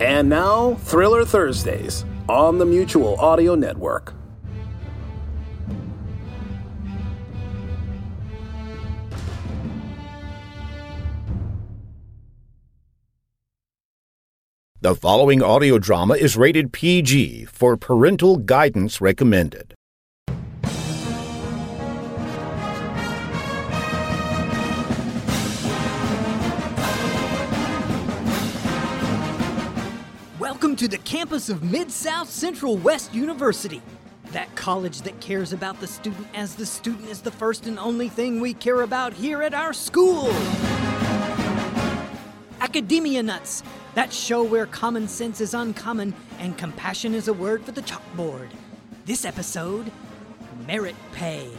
And now, Thriller Thursdays on the Mutual Audio Network. The following audio drama is rated PG for parental guidance recommended. Welcome to the campus of Mid South Central West University, that college that cares about the student as the student is the first and only thing we care about here at our school. Academia Nuts, that show where common sense is uncommon and compassion is a word for the chalkboard. This episode Merit Pay.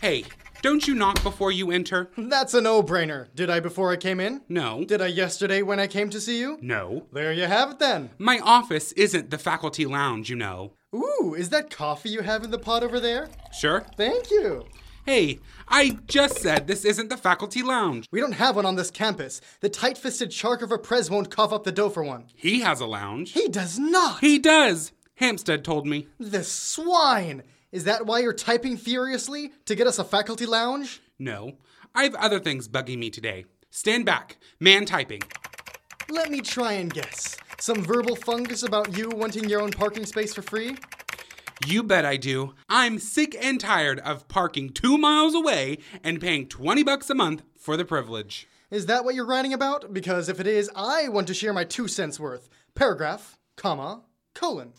Hey, don't you knock before you enter? That's a no brainer. Did I before I came in? No. Did I yesterday when I came to see you? No. There you have it then. My office isn't the faculty lounge, you know. Ooh, is that coffee you have in the pot over there? Sure? Thank you. Hey, I just said this isn't the faculty lounge. We don't have one on this campus. The tight fisted shark of a prez won't cough up the dough for one. He has a lounge. He does not! He does! Hampstead told me. The swine! Is that why you're typing furiously? To get us a faculty lounge? No. I've other things bugging me today. Stand back. Man typing. Let me try and guess. Some verbal fungus about you wanting your own parking space for free? You bet I do. I'm sick and tired of parking two miles away and paying 20 bucks a month for the privilege. Is that what you're writing about? Because if it is, I want to share my two cents worth. Paragraph, comma, colon.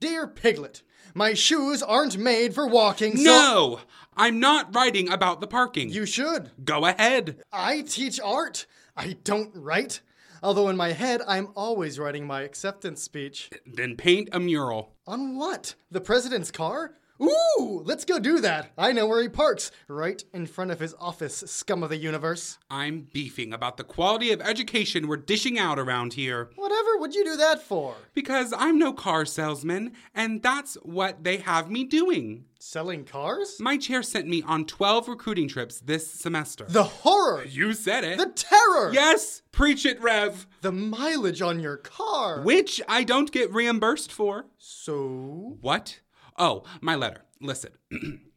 Dear Piglet, my shoes aren't made for walking, so. No! I'm not writing about the parking. You should. Go ahead. I teach art. I don't write. Although in my head, I'm always writing my acceptance speech. Then paint a mural. On what? The president's car? Ooh, let's go do that. I know where he parks. Right in front of his office, scum of the universe. I'm beefing about the quality of education we're dishing out around here. Whatever would you do that for? Because I'm no car salesman, and that's what they have me doing. Selling cars? My chair sent me on 12 recruiting trips this semester. The horror! you said it. The terror! yes, preach it, Rev. The mileage on your car! Which I don't get reimbursed for. So? What? Oh, my letter. Listen.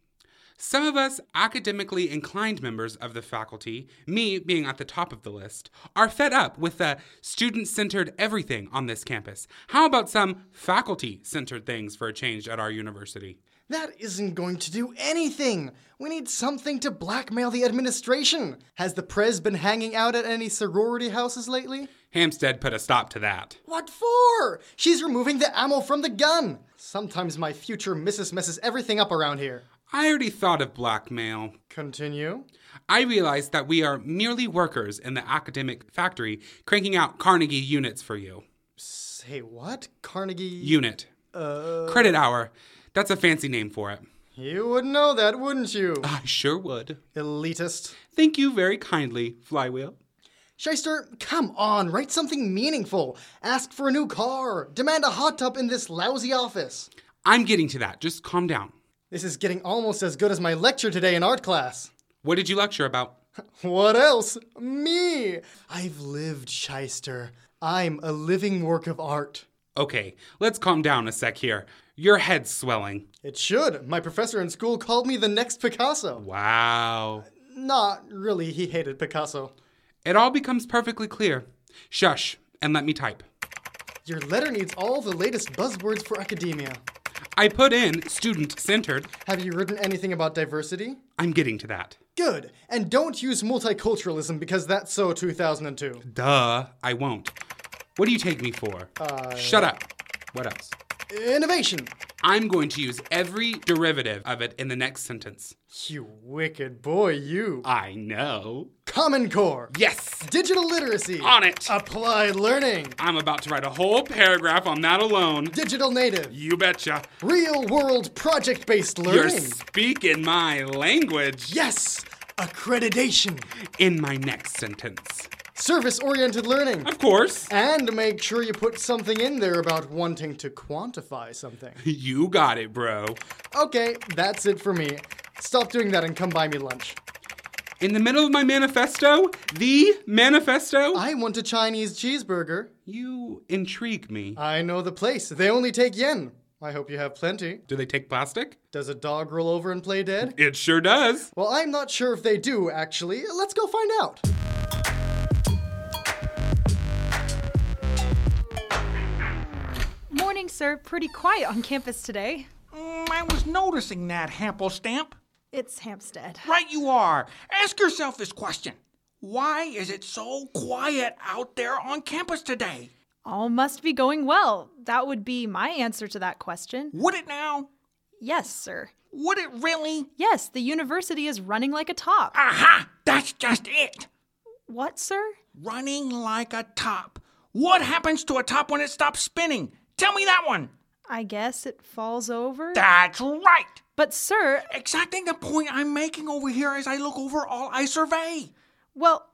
Some of us academically inclined members of the faculty, me being at the top of the list, are fed up with the student centered everything on this campus. How about some faculty centered things for a change at our university? That isn't going to do anything! We need something to blackmail the administration! Has the Prez been hanging out at any sorority houses lately? Hampstead put a stop to that. What for? She's removing the ammo from the gun! Sometimes my future missus messes everything up around here. I already thought of blackmail. Continue. I realize that we are merely workers in the academic factory cranking out Carnegie units for you. Say what? Carnegie. Unit. Credit hour. That's a fancy name for it. You would know that, wouldn't you? I sure would. Elitist. Thank you very kindly, Flywheel. Shyster, come on, write something meaningful. Ask for a new car. Demand a hot tub in this lousy office. I'm getting to that. Just calm down. This is getting almost as good as my lecture today in art class. What did you lecture about? What else? Me! I've lived, Shyster. I'm a living work of art. Okay, let's calm down a sec here. Your head's swelling. It should. My professor in school called me the next Picasso. Wow. Not really, he hated Picasso. It all becomes perfectly clear. Shush, and let me type. Your letter needs all the latest buzzwords for academia. I put in student centered. Have you written anything about diversity? I'm getting to that. Good. And don't use multiculturalism because that's so 2002. Duh, I won't. What do you take me for? Shut up. What else? Innovation. I'm going to use every derivative of it in the next sentence. You wicked boy, you. I know. Common Core. Yes! Digital literacy. On it. Applied learning. I'm about to write a whole paragraph on that alone. Digital native. You betcha. Real world project based You're learning. speaking my language. yes. Accreditation. In my next sentence. Service oriented learning. Of course. And make sure you put something in there about wanting to quantify something. You got it, bro. Okay, that's it for me. Stop doing that and come buy me lunch. In the middle of my manifesto, the manifesto, I want a Chinese cheeseburger. you intrigue me. I know the place. They only take yen. I hope you have plenty. Do they take plastic? Does a dog roll over and play dead? It sure does. Well, I'm not sure if they do, actually. Let's go find out. Morning, sir. Pretty quiet on campus today. Mm, I was noticing that, Hampelstamp. It's Hampstead. Right you are. Ask yourself this question. Why is it so quiet out there on campus today? All must be going well. That would be my answer to that question. Would it now? Yes, sir. Would it really? Yes, the university is running like a top. Aha! That's just it. What, sir? Running like a top. What happens to a top when it stops spinning? Tell me that one. I guess it falls over. That's right. But, sir, Exacting the point I'm making over here as I look over all I survey. well,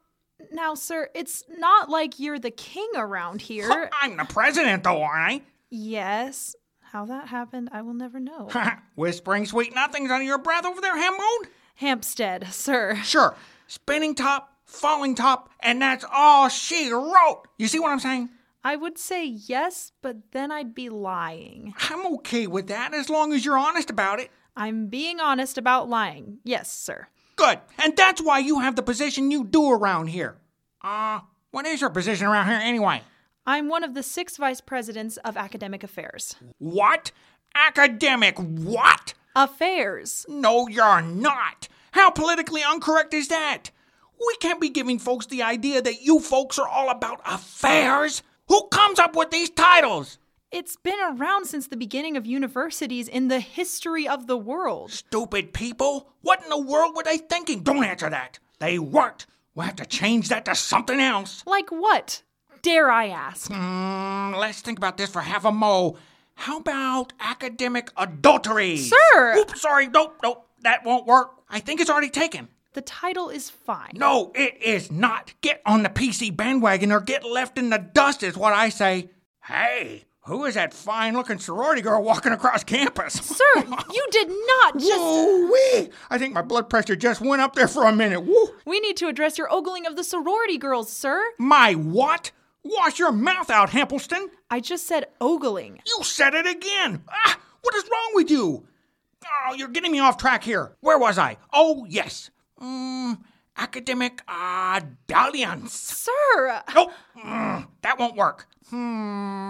now, sir, it's not like you're the king around here. I'm the president, though, aren't yes. How that happened, I will never know. I? Whispering sweet nothings under your breath over there, Hammond? Hampstead, sir. Sure, spinning top, falling top, and that's all she wrote. You see what I'm saying? I would say yes, but then I'd be lying. I'm okay with that as long as you're honest about it. I'm being honest about lying. Yes, sir. Good, and that's why you have the position you do around here. Uh, what is your position around here anyway? I'm one of the six vice presidents of academic affairs. What? Academic what? Affairs. No, you're not. How politically incorrect is that? We can't be giving folks the idea that you folks are all about affairs. Who comes up with these titles? It's been around since the beginning of universities in the history of the world. Stupid people! What in the world were they thinking? Don't answer that! They weren't! We'll have to change that to something else. Like what? Dare I ask? Mm, let's think about this for half a mo. How about academic adultery? Sir! Oops, sorry, nope, nope, that won't work. I think it's already taken. The title is fine. No, it is not. Get on the PC bandwagon or get left in the dust, is what I say. Hey, who is that fine looking sorority girl walking across campus? Sir, you did not just. Woo-wee! I think my blood pressure just went up there for a minute. Woo! We need to address your ogling of the sorority girls, sir. My what? Wash your mouth out, Hempelston. I just said ogling. You said it again. Ah, what is wrong with you? Oh, you're getting me off track here. Where was I? Oh, yes. Mm, academic uh, dalliance. Sir, Nope. Mm, that won't work.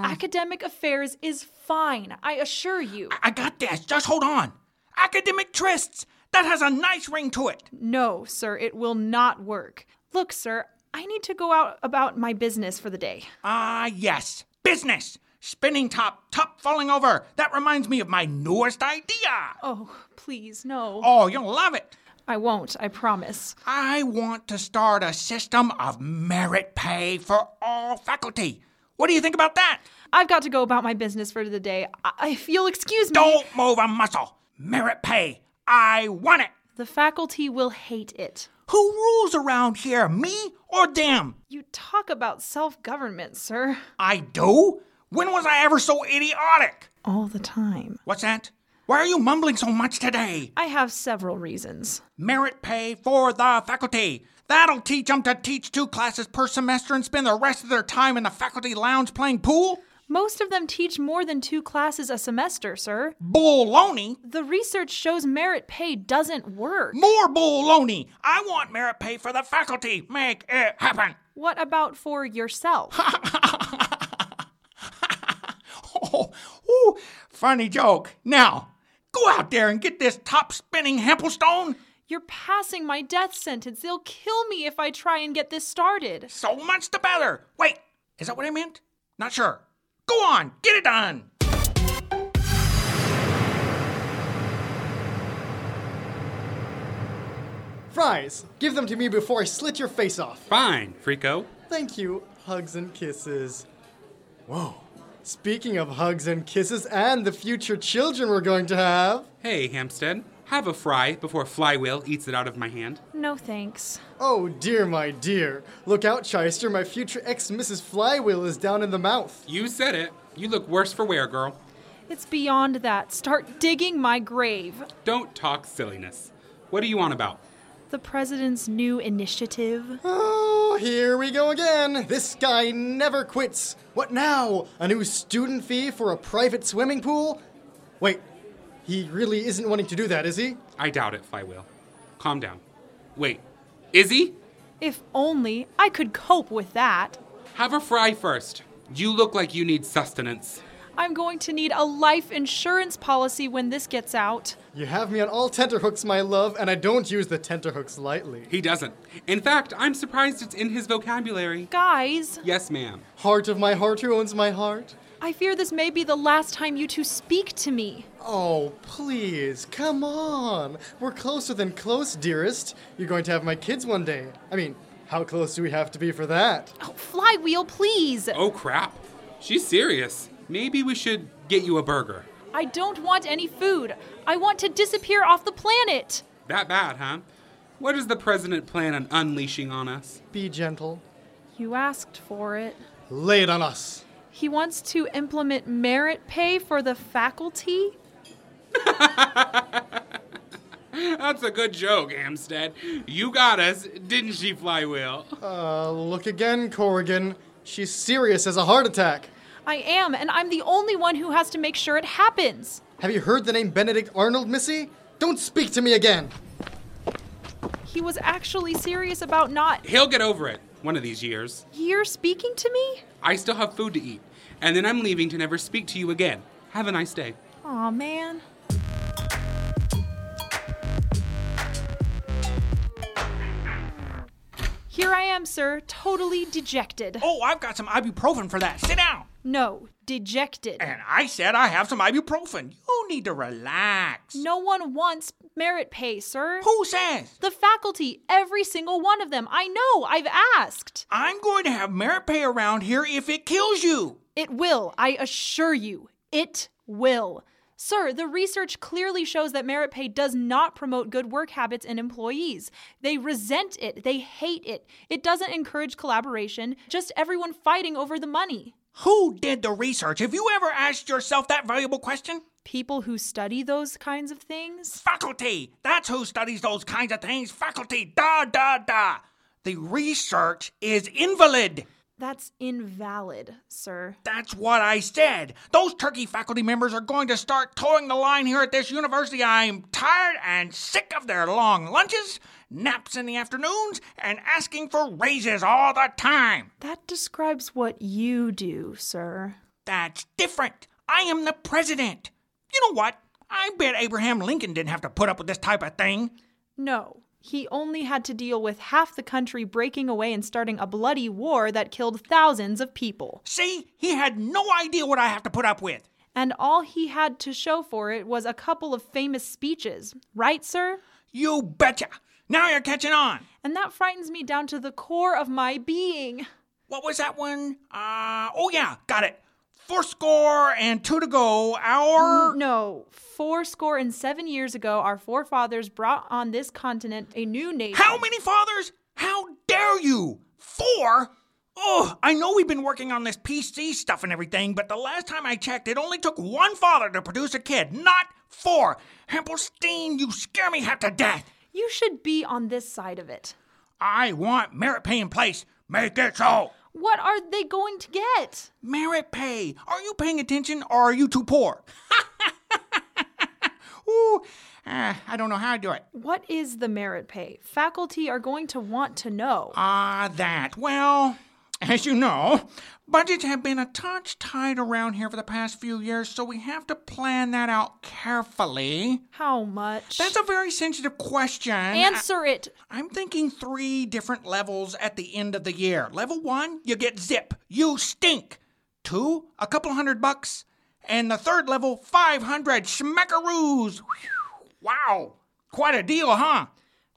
academic affairs is fine, I assure you. I got this. Just hold on. Academic trysts. That has a nice ring to it. No, sir, it will not work. Look, sir, I need to go out about my business for the day. Ah, yes. Business. Spinning top, top falling over. That reminds me of my newest idea. Oh, please, no. Oh, you'll love it. I won't, I promise. I want to start a system of merit pay for all faculty. What do you think about that? I've got to go about my business for the day. I- if you'll excuse me, Don't move a muscle. Merit pay. I want it. the faculty will hate it. Who rules around here, me or them? You talk about self government, sir, I do. When was I ever so idiotic? all the time. What's that? Why are you mumbling so much today? I have several reasons. Merit pay for the faculty. That'll teach them to teach two classes per semester and spend the rest of their time in the faculty lounge playing pool? Most of them teach more than two classes a semester, sir. Baloney. The research shows merit pay doesn't work. More baloney. I want merit pay for the faculty. Make it happen. What about for yourself? Oh, ooh, funny joke. Now, go out there and get this top spinning Hempelstone. You're passing my death sentence. They'll kill me if I try and get this started. So much the better. Wait, is that what I meant? Not sure. Go on, get it done. Fries, give them to me before I slit your face off. Fine, Frico. Thank you. Hugs and kisses. Whoa. Speaking of hugs and kisses and the future children we're going to have. Hey, Hampstead. Have a fry before Flywheel eats it out of my hand. No thanks. Oh dear, my dear. Look out, Chyster. My future ex Mrs. Flywheel is down in the mouth. You said it. You look worse for wear, girl. It's beyond that. Start digging my grave. Don't talk silliness. What are you on about? The president's new initiative. Oh, here we go again. This guy never quits. What now? A new student fee for a private swimming pool? Wait, he really isn't wanting to do that, is he? I doubt it, Flywheel. Calm down. Wait, Izzy? If only I could cope with that. Have a fry first. You look like you need sustenance. I'm going to need a life insurance policy when this gets out. You have me on all tenterhooks, my love, and I don't use the tenterhooks lightly. He doesn't. In fact, I'm surprised it's in his vocabulary. Guys, Yes, ma'am. Heart of my heart, who owns my heart? I fear this may be the last time you two speak to me. Oh, please, come on. We're closer than close, dearest. You're going to have my kids one day. I mean, how close do we have to be for that? Oh, flywheel, please. Oh, crap. She's serious. Maybe we should get you a burger. I don't want any food. I want to disappear off the planet. That bad, huh? What does the president plan on unleashing on us? Be gentle. You asked for it. Lay it on us. He wants to implement merit pay for the faculty? That's a good joke, Amstead. You got us, didn't she, Flywheel? Uh, look again, Corrigan. She's serious as a heart attack. I am, and I'm the only one who has to make sure it happens. Have you heard the name Benedict Arnold, Missy? Don't speak to me again. He was actually serious about not He'll get over it one of these years. here speaking to me? I still have food to eat, and then I'm leaving to never speak to you again. Have a nice day. Aw, man. Here I am, sir, totally dejected. Oh, I've got some ibuprofen for that. Sit down. No, dejected. And I said I have some ibuprofen. You need to relax. No one wants merit pay, sir. Who says? The faculty, every single one of them. I know, I've asked. I'm going to have merit pay around here if it kills you. It will, I assure you. It will. Sir, the research clearly shows that merit pay does not promote good work habits in employees. They resent it, they hate it. It doesn't encourage collaboration, just everyone fighting over the money. Who did the research? Have you ever asked yourself that valuable question? People who study those kinds of things? Faculty! That's who studies those kinds of things. Faculty! Da, da, da! The research is invalid. That's invalid, sir. That's what I said. Those turkey faculty members are going to start towing the line here at this university. I'm tired and sick of their long lunches, naps in the afternoons, and asking for raises all the time. That describes what you do, sir. That's different. I am the president. You know what? I bet Abraham Lincoln didn't have to put up with this type of thing. No, he only had to deal with half the country breaking away and starting a bloody war that killed thousands of people. See, he had no idea what I have to put up with. And all he had to show for it was a couple of famous speeches, right, sir? You betcha. Now you're catching on. And that frightens me down to the core of my being. What was that one? Uh, oh yeah, got it. Four score and two to go. Our No, four score and seven years ago, our forefathers brought on this continent a new nation. How many fathers? How dare you? Four? Oh, I know we've been working on this PC stuff and everything, but the last time I checked, it only took one father to produce a kid, not four. Hempelstein, you scare me half to death. You should be on this side of it. I want merit pay in place. Make it so. What are they going to get? Merit pay. Are you paying attention or are you too poor? Ooh, eh, I don't know how I do it. What is the merit pay? Faculty are going to want to know. Ah, that. Well, as you know, budgets have been a touch tight around here for the past few years, so we have to plan that out carefully. How much? That's a very sensitive question. Answer it. I'm thinking three different levels at the end of the year. Level one, you get zip. You stink. Two, a couple hundred bucks. And the third level, 500 schmeckaroos. Whew, wow. Quite a deal, huh?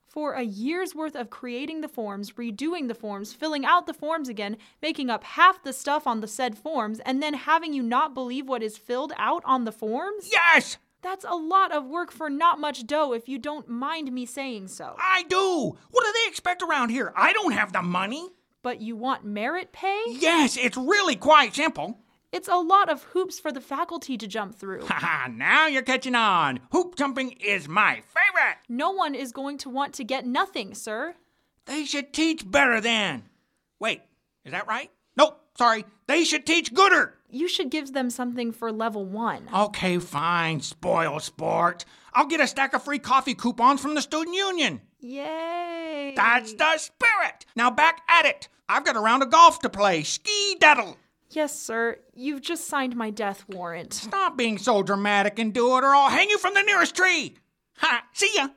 for a year's worth of creating the forms, redoing the forms, filling out the forms again, making up half the stuff on the said forms, and then having you not believe what is filled out on the forms? Yes! That's a lot of work for not much dough if you don't mind me saying so. I do! What do they expect around here? I don't have the money! But you want merit pay? Yes, it's really quite simple. It's a lot of hoops for the faculty to jump through. Haha, now you're catching on. Hoop jumping is my favorite! no one is going to want to get nothing, sir. They should teach better then. Wait, is that right? Nope, sorry. They should teach gooder. You should give them something for level one. Okay, fine, spoil sport. I'll get a stack of free coffee coupons from the student union. Yay! That's the spirit. Now back at it. I've got a round of golf to play. Ski daddle. Yes, sir. You've just signed my death warrant. Stop being so dramatic and do it, or I'll hang you from the nearest tree. Ha! See ya.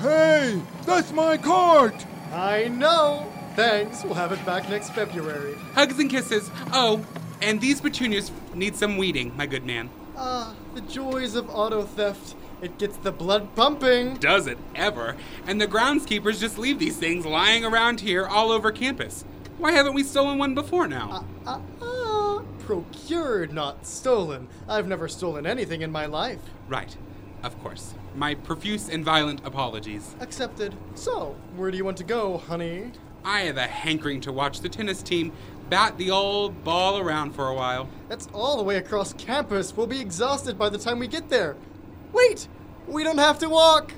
Hey, that's my cart! I know. Thanks. We'll have it back next February. Hugs and kisses. Oh, and these petunias need some weeding, my good man. Ah, the joys of auto theft. It gets the blood pumping. Does it ever? And the groundskeepers just leave these things lying around here all over campus. Why haven't we stolen one before now? Ah, ah. Procured, not stolen. I've never stolen anything in my life. Right, of course. My profuse and violent apologies. Accepted. So, where do you want to go, honey? I have a hankering to watch the tennis team bat the old ball around for a while. That's all the way across campus. We'll be exhausted by the time we get there. Wait! We don't have to walk!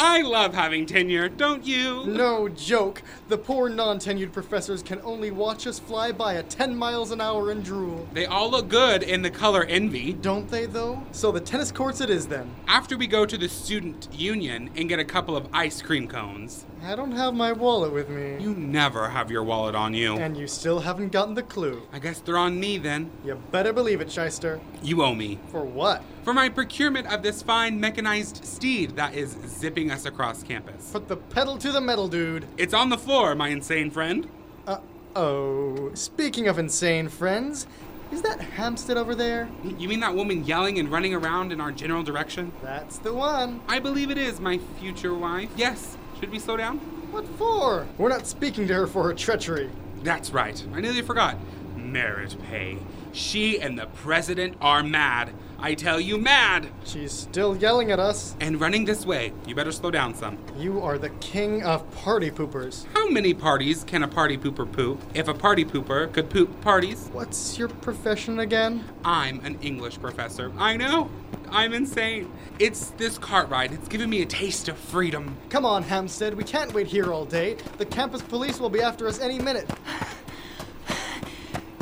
I love having tenure, don't you? No joke. The poor non tenured professors can only watch us fly by at 10 miles an hour and drool. They all look good in the color envy. Don't they, though? So the tennis courts it is then. After we go to the student union and get a couple of ice cream cones, I don't have my wallet with me. you never have your wallet on you. And you still haven't gotten the clue. I guess they're on me then. You better believe it, Shyster. You owe me. For what? For my procurement of this fine mechanized steed that is zipping us across campus. Put the pedal to the metal, dude. It's on the floor, my insane friend. Uh oh. Speaking of insane friends, is that Hampstead over there? You mean that woman yelling and running around in our general direction? That's the one. I believe it is my future wife. Yes. Should we slow down? What for? We're not speaking to her for her treachery. That's right. I nearly forgot. Merit pay. She and the president are mad. I tell you, mad. She's still yelling at us. And running this way, you better slow down some. You are the king of party poopers. How many parties can a party pooper poop if a party pooper could poop parties? What's your profession again? I'm an English professor. I know. I'm insane. It's this cart ride. It's giving me a taste of freedom. Come on, Hampstead, we can't wait here all day. The campus police will be after us any minute.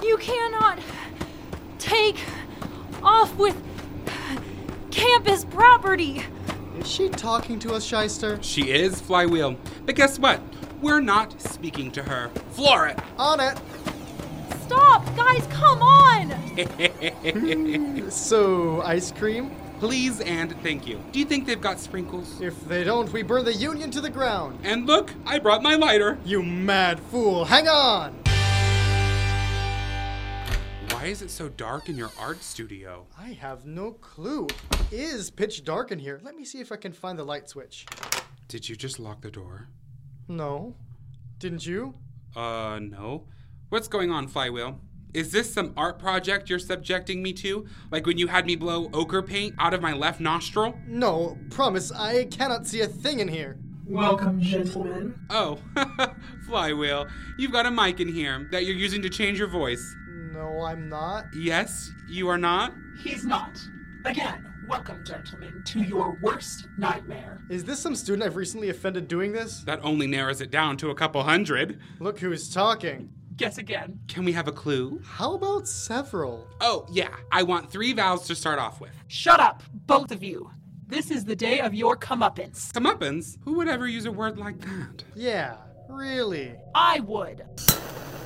You cannot take off with campus property. Is she talking to us, Shyster? She is Flywheel. But guess what? We're not speaking to her. Floor it. On it! Stop, guys, come on! So, ice cream? Please and thank you. Do you think they've got sprinkles? If they don't, we burn the union to the ground. And look, I brought my lighter. You mad fool, hang on! Why is it so dark in your art studio? I have no clue. It is pitch dark in here. Let me see if I can find the light switch. Did you just lock the door? No. Didn't you? Uh, no. What's going on, Flywheel? Is this some art project you're subjecting me to? Like when you had me blow ochre paint out of my left nostril? No, promise, I cannot see a thing in here. Welcome, gentlemen. Oh, Flywheel, you've got a mic in here that you're using to change your voice. No, I'm not. Yes, you are not? He's not. Again, welcome, gentlemen, to your worst nightmare. Is this some student I've recently offended doing this? That only narrows it down to a couple hundred. Look who's talking. Guess again. Can we have a clue? How about several? Oh, yeah, I want three vowels to start off with. Shut up, both of you. This is the day of your comeuppance. Comeuppance? Who would ever use a word like that? Yeah, really. I would.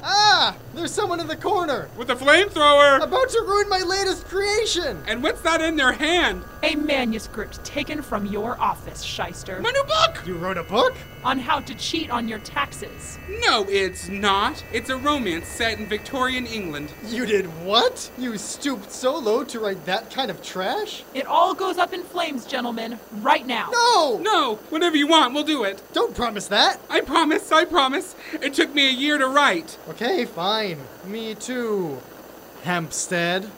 Ah! There's someone in the corner! With a flamethrower! About to ruin my latest creation! And what's that in their hand? A manuscript taken from your office, shyster. My new book! You wrote a book? On how to cheat on your taxes. No, it's not. It's a romance set in Victorian England. You did what? You stooped so low to write that kind of trash? It all goes up in flames, gentlemen, right now. No! No, whenever you want, we'll do it. Don't promise that! I promise, I promise. It took me a year to write. Okay, fine. Me too. Hampstead.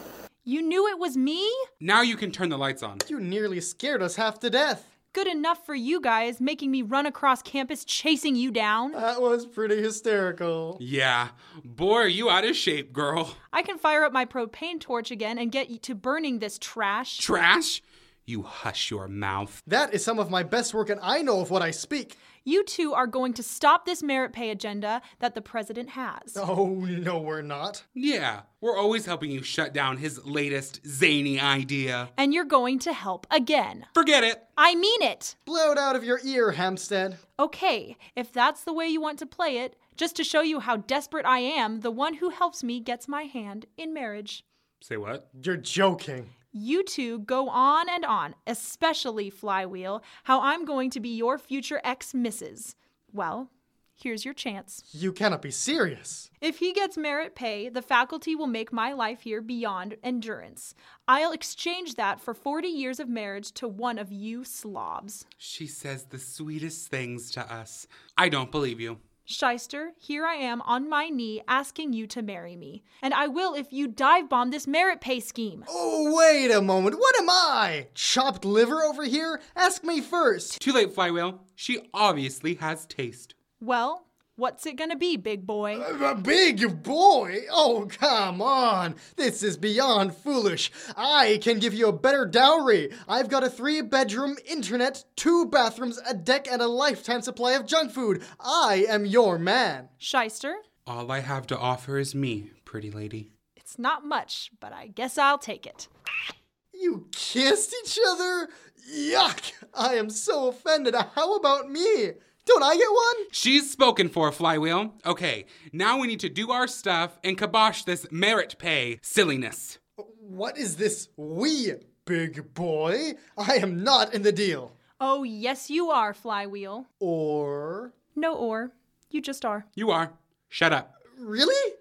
You knew it was me? Now you can turn the lights on. You nearly scared us half to death. Good enough for you guys, making me run across campus chasing you down. That was pretty hysterical. Yeah. Boy, are you out of shape, girl. I can fire up my propane torch again and get you to burning this trash. Trash? You hush your mouth. That is some of my best work, and I know of what I speak. you two are going to stop this merit pay agenda that the president has. Oh, no, we're not. Yeah, we're always helping you shut down his latest zany idea. And you're going to help again. Forget it. I mean it! Blow it out of your ear, Hampstead. Okay, if that's the way you want to play it, just to show you how desperate I am, the one who helps me gets my hand in marriage. Say what? You're joking. You two go on and on, especially Flywheel, how I'm going to be your future ex missus. Well, here's your chance. You cannot be serious. If he gets merit pay, the faculty will make my life here beyond endurance. I'll exchange that for 40 years of marriage to one of you slobs. She says the sweetest things to us. I don't believe you. Shyster, here I am on my knee asking you to marry me. And I will if you dive bomb this merit pay scheme. Oh, wait a moment. What am I? Chopped liver over here? Ask me first. Too late, Flywheel. She obviously has taste. Well, what's it gonna be, big boy? A big boy? Oh, come on. This is beyond foolish. I can give you a better dowry. I've got a three bedroom, internet, two bathrooms, a deck, and a lifetime supply of junk food. I am your man. Shyster, All I have to offer is me, pretty lady. it's not much, but I guess I'll take it. You kissed each other? Yuck! I am so offended. How about me? Don't I get one? She's spoken for, Flywheel. Okay, now we need to do our stuff and kibosh this merit pay silliness. What is this we, big boy? I am not in the deal. Oh, yes, you are, Flywheel. Or. No, or. You just are. You are. Shut up. Really?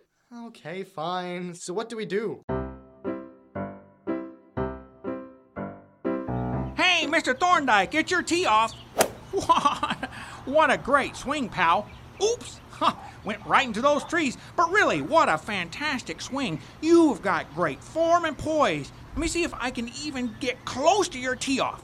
Okay, fine. So what do we do? Hey, Mr. Thorndike, get your tee off. what a great swing, pal. Oops, huh, went right into those trees. But really, what a fantastic swing. You've got great form and poise. Let me see if I can even get close to your tee off.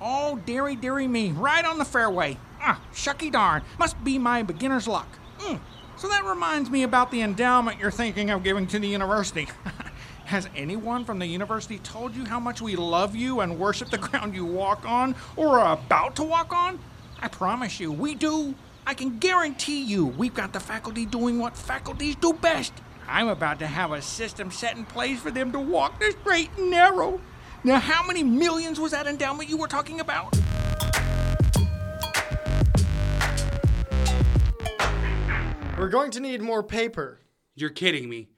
Oh, dearie, dearie me, right on the fairway. Ah, shucky darn. Must be my beginner's luck. Mm. So that reminds me about the endowment you're thinking of giving to the university. Has anyone from the university told you how much we love you and worship the ground you walk on or are about to walk on? I promise you, we do. I can guarantee you, we've got the faculty doing what faculties do best. I'm about to have a system set in place for them to walk the straight and narrow. Now, how many millions was that endowment you were talking about? We're going to need more paper. You're kidding me.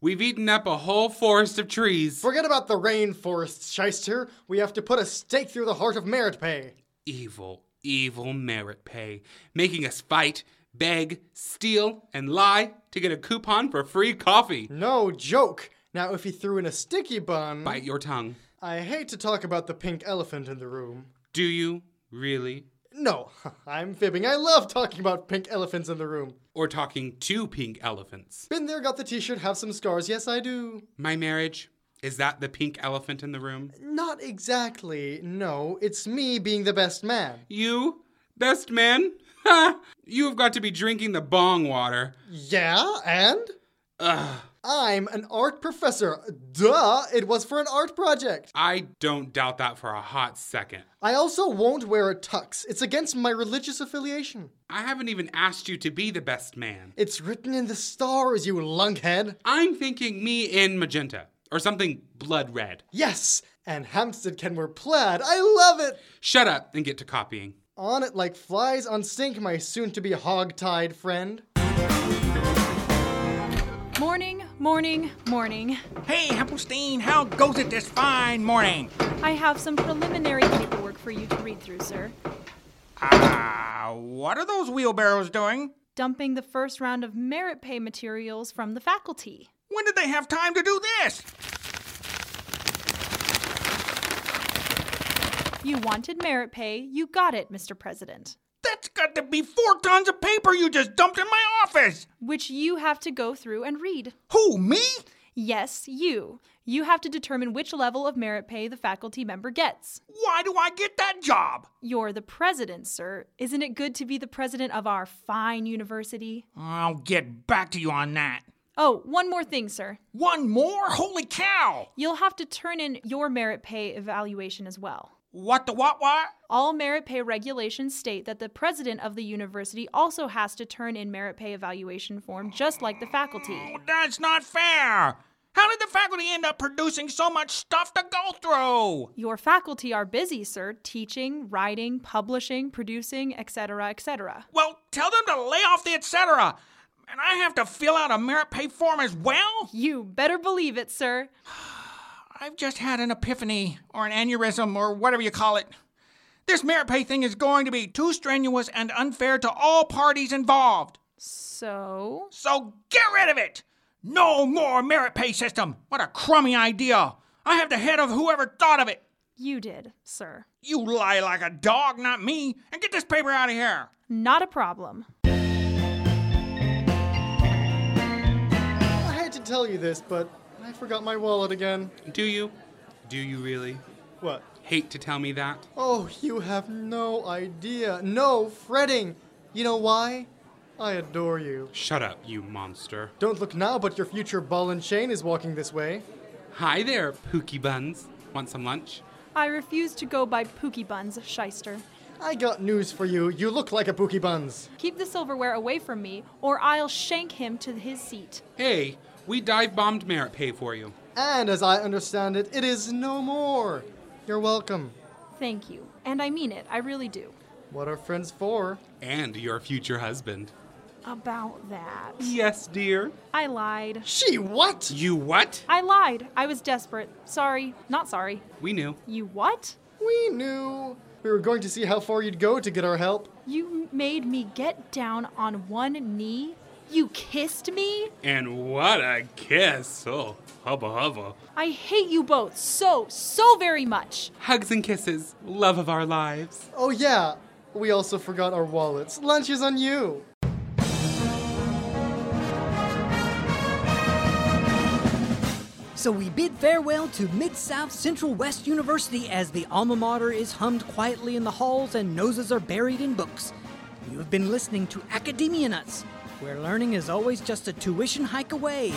We've eaten up a whole forest of trees. Forget about the rainforest, shyster. We have to put a stake through the heart of merit pay. Evil, evil merit pay, making us fight, beg, steal, and lie to get a coupon for free coffee. No joke. Now, if he threw in a sticky bun. Bite your tongue. I hate to talk about the pink elephant in the room. Do you really? No, I'm fibbing. I love talking about pink elephants in the room. Or talking to pink elephants? Been there, got the t shirt, have some scars. Yes, I do. My marriage? Is that the pink elephant in the room? Not exactly. No, it's me being the best man. You, best man? Ha! You have got to be drinking the bong water. Yeah, and? I'm an art professor. Duh, it was for an art project. I don't doubt that for a hot second. I also won't wear a tux. It's against my religious affiliation. I haven't even asked you to be the best man. It's written in the stars, you lunkhead. I'm thinking me in magenta or something blood red. Yes, and Hampstead can wear plaid. I love it. Shut up and get to copying. On it like flies on stink, my soon to be hog tied friend. Morning, morning, morning. Hey, Hempelstein, how goes it this fine morning? I have some preliminary paperwork for you to read through, sir. Ah, what are those wheelbarrows doing? Dumping the first round of merit pay materials from the faculty. When did they have time to do this? You wanted merit pay, you got it, Mr. President. That's got to be four tons of paper you just dumped in my office. Which you have to go through and read. Who, me? Yes, you. You have to determine which level of merit pay the faculty member gets. Why do I get that job? You're the president, sir. Isn't it good to be the president of our fine university? I'll get back to you on that. Oh, one more thing, sir. One more? Holy cow! You'll have to turn in your merit pay evaluation as well. What the what what? All merit pay regulations state that the president of the university also has to turn in merit pay evaluation form just like the faculty. Oh, that's not fair. How did the faculty end up producing so much stuff to go through? Your faculty are busy, sir, teaching, writing, publishing, producing, etc., etc. Well, tell them to lay off the etc. And I have to fill out a merit pay form as well? You better believe it, sir. I've just had an epiphany or an aneurysm or whatever you call it. This merit pay thing is going to be too strenuous and unfair to all parties involved. So, So get rid of it! No more merit pay system! What a crummy idea! I have the head of whoever thought of it! you did, sir. You lie like a dog, not me, and get this paper out of here! Not a problem. I had to tell you this, but I forgot my wallet again. Do you? Do you really? What? Hate to tell me that? Oh, you have no idea. No fretting. You know why? I adore you. Shut up, you monster. Don't look now, but your future ball and chain is walking this way. Hi there, Pookie Buns. Want some lunch? I refuse to go by Pookie Buns, shyster. I got news for you. You look like a Pookie Buns. Keep the silverware away from me, or I'll shank him to his seat. Hey, we dive bombed merit pay for you. And as I understand it, it is no more. You're welcome. Thank you. And I mean it, I really do. What are friends for? And your future husband. About that. Yes, dear. I lied. She what? You what? I lied. I was desperate. Sorry. Not sorry. We knew. You what? We knew. We were going to see how far you'd go to get our help. You made me get down on one knee? You kissed me? And what a kiss. Oh, hubba hubba. I hate you both so, so very much. Hugs and kisses, love of our lives. Oh, yeah. We also forgot our wallets. Lunch is on you. So we bid farewell to Mid South Central West University as the alma mater is hummed quietly in the halls and noses are buried in books. You have been listening to Academia Nuts, where learning is always just a tuition hike away.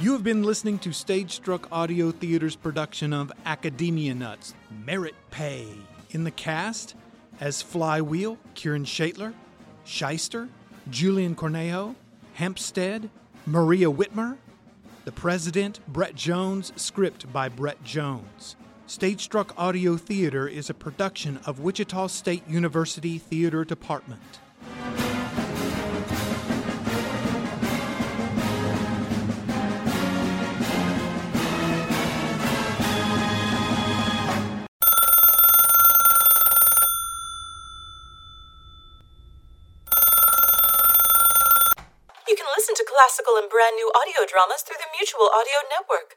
You have been listening to Stage Struck Audio Theater's production of Academia Nuts Merit Pay. In the cast, as Flywheel, Kieran Schaitler, Shyster, Julian Cornejo, Hempstead, Maria Whitmer, The President, Brett Jones, script by Brett Jones. Stage Struck Audio Theater is a production of Wichita State University Theater Department. You can listen to classical and brand new audio dramas through the Mutual Audio Network.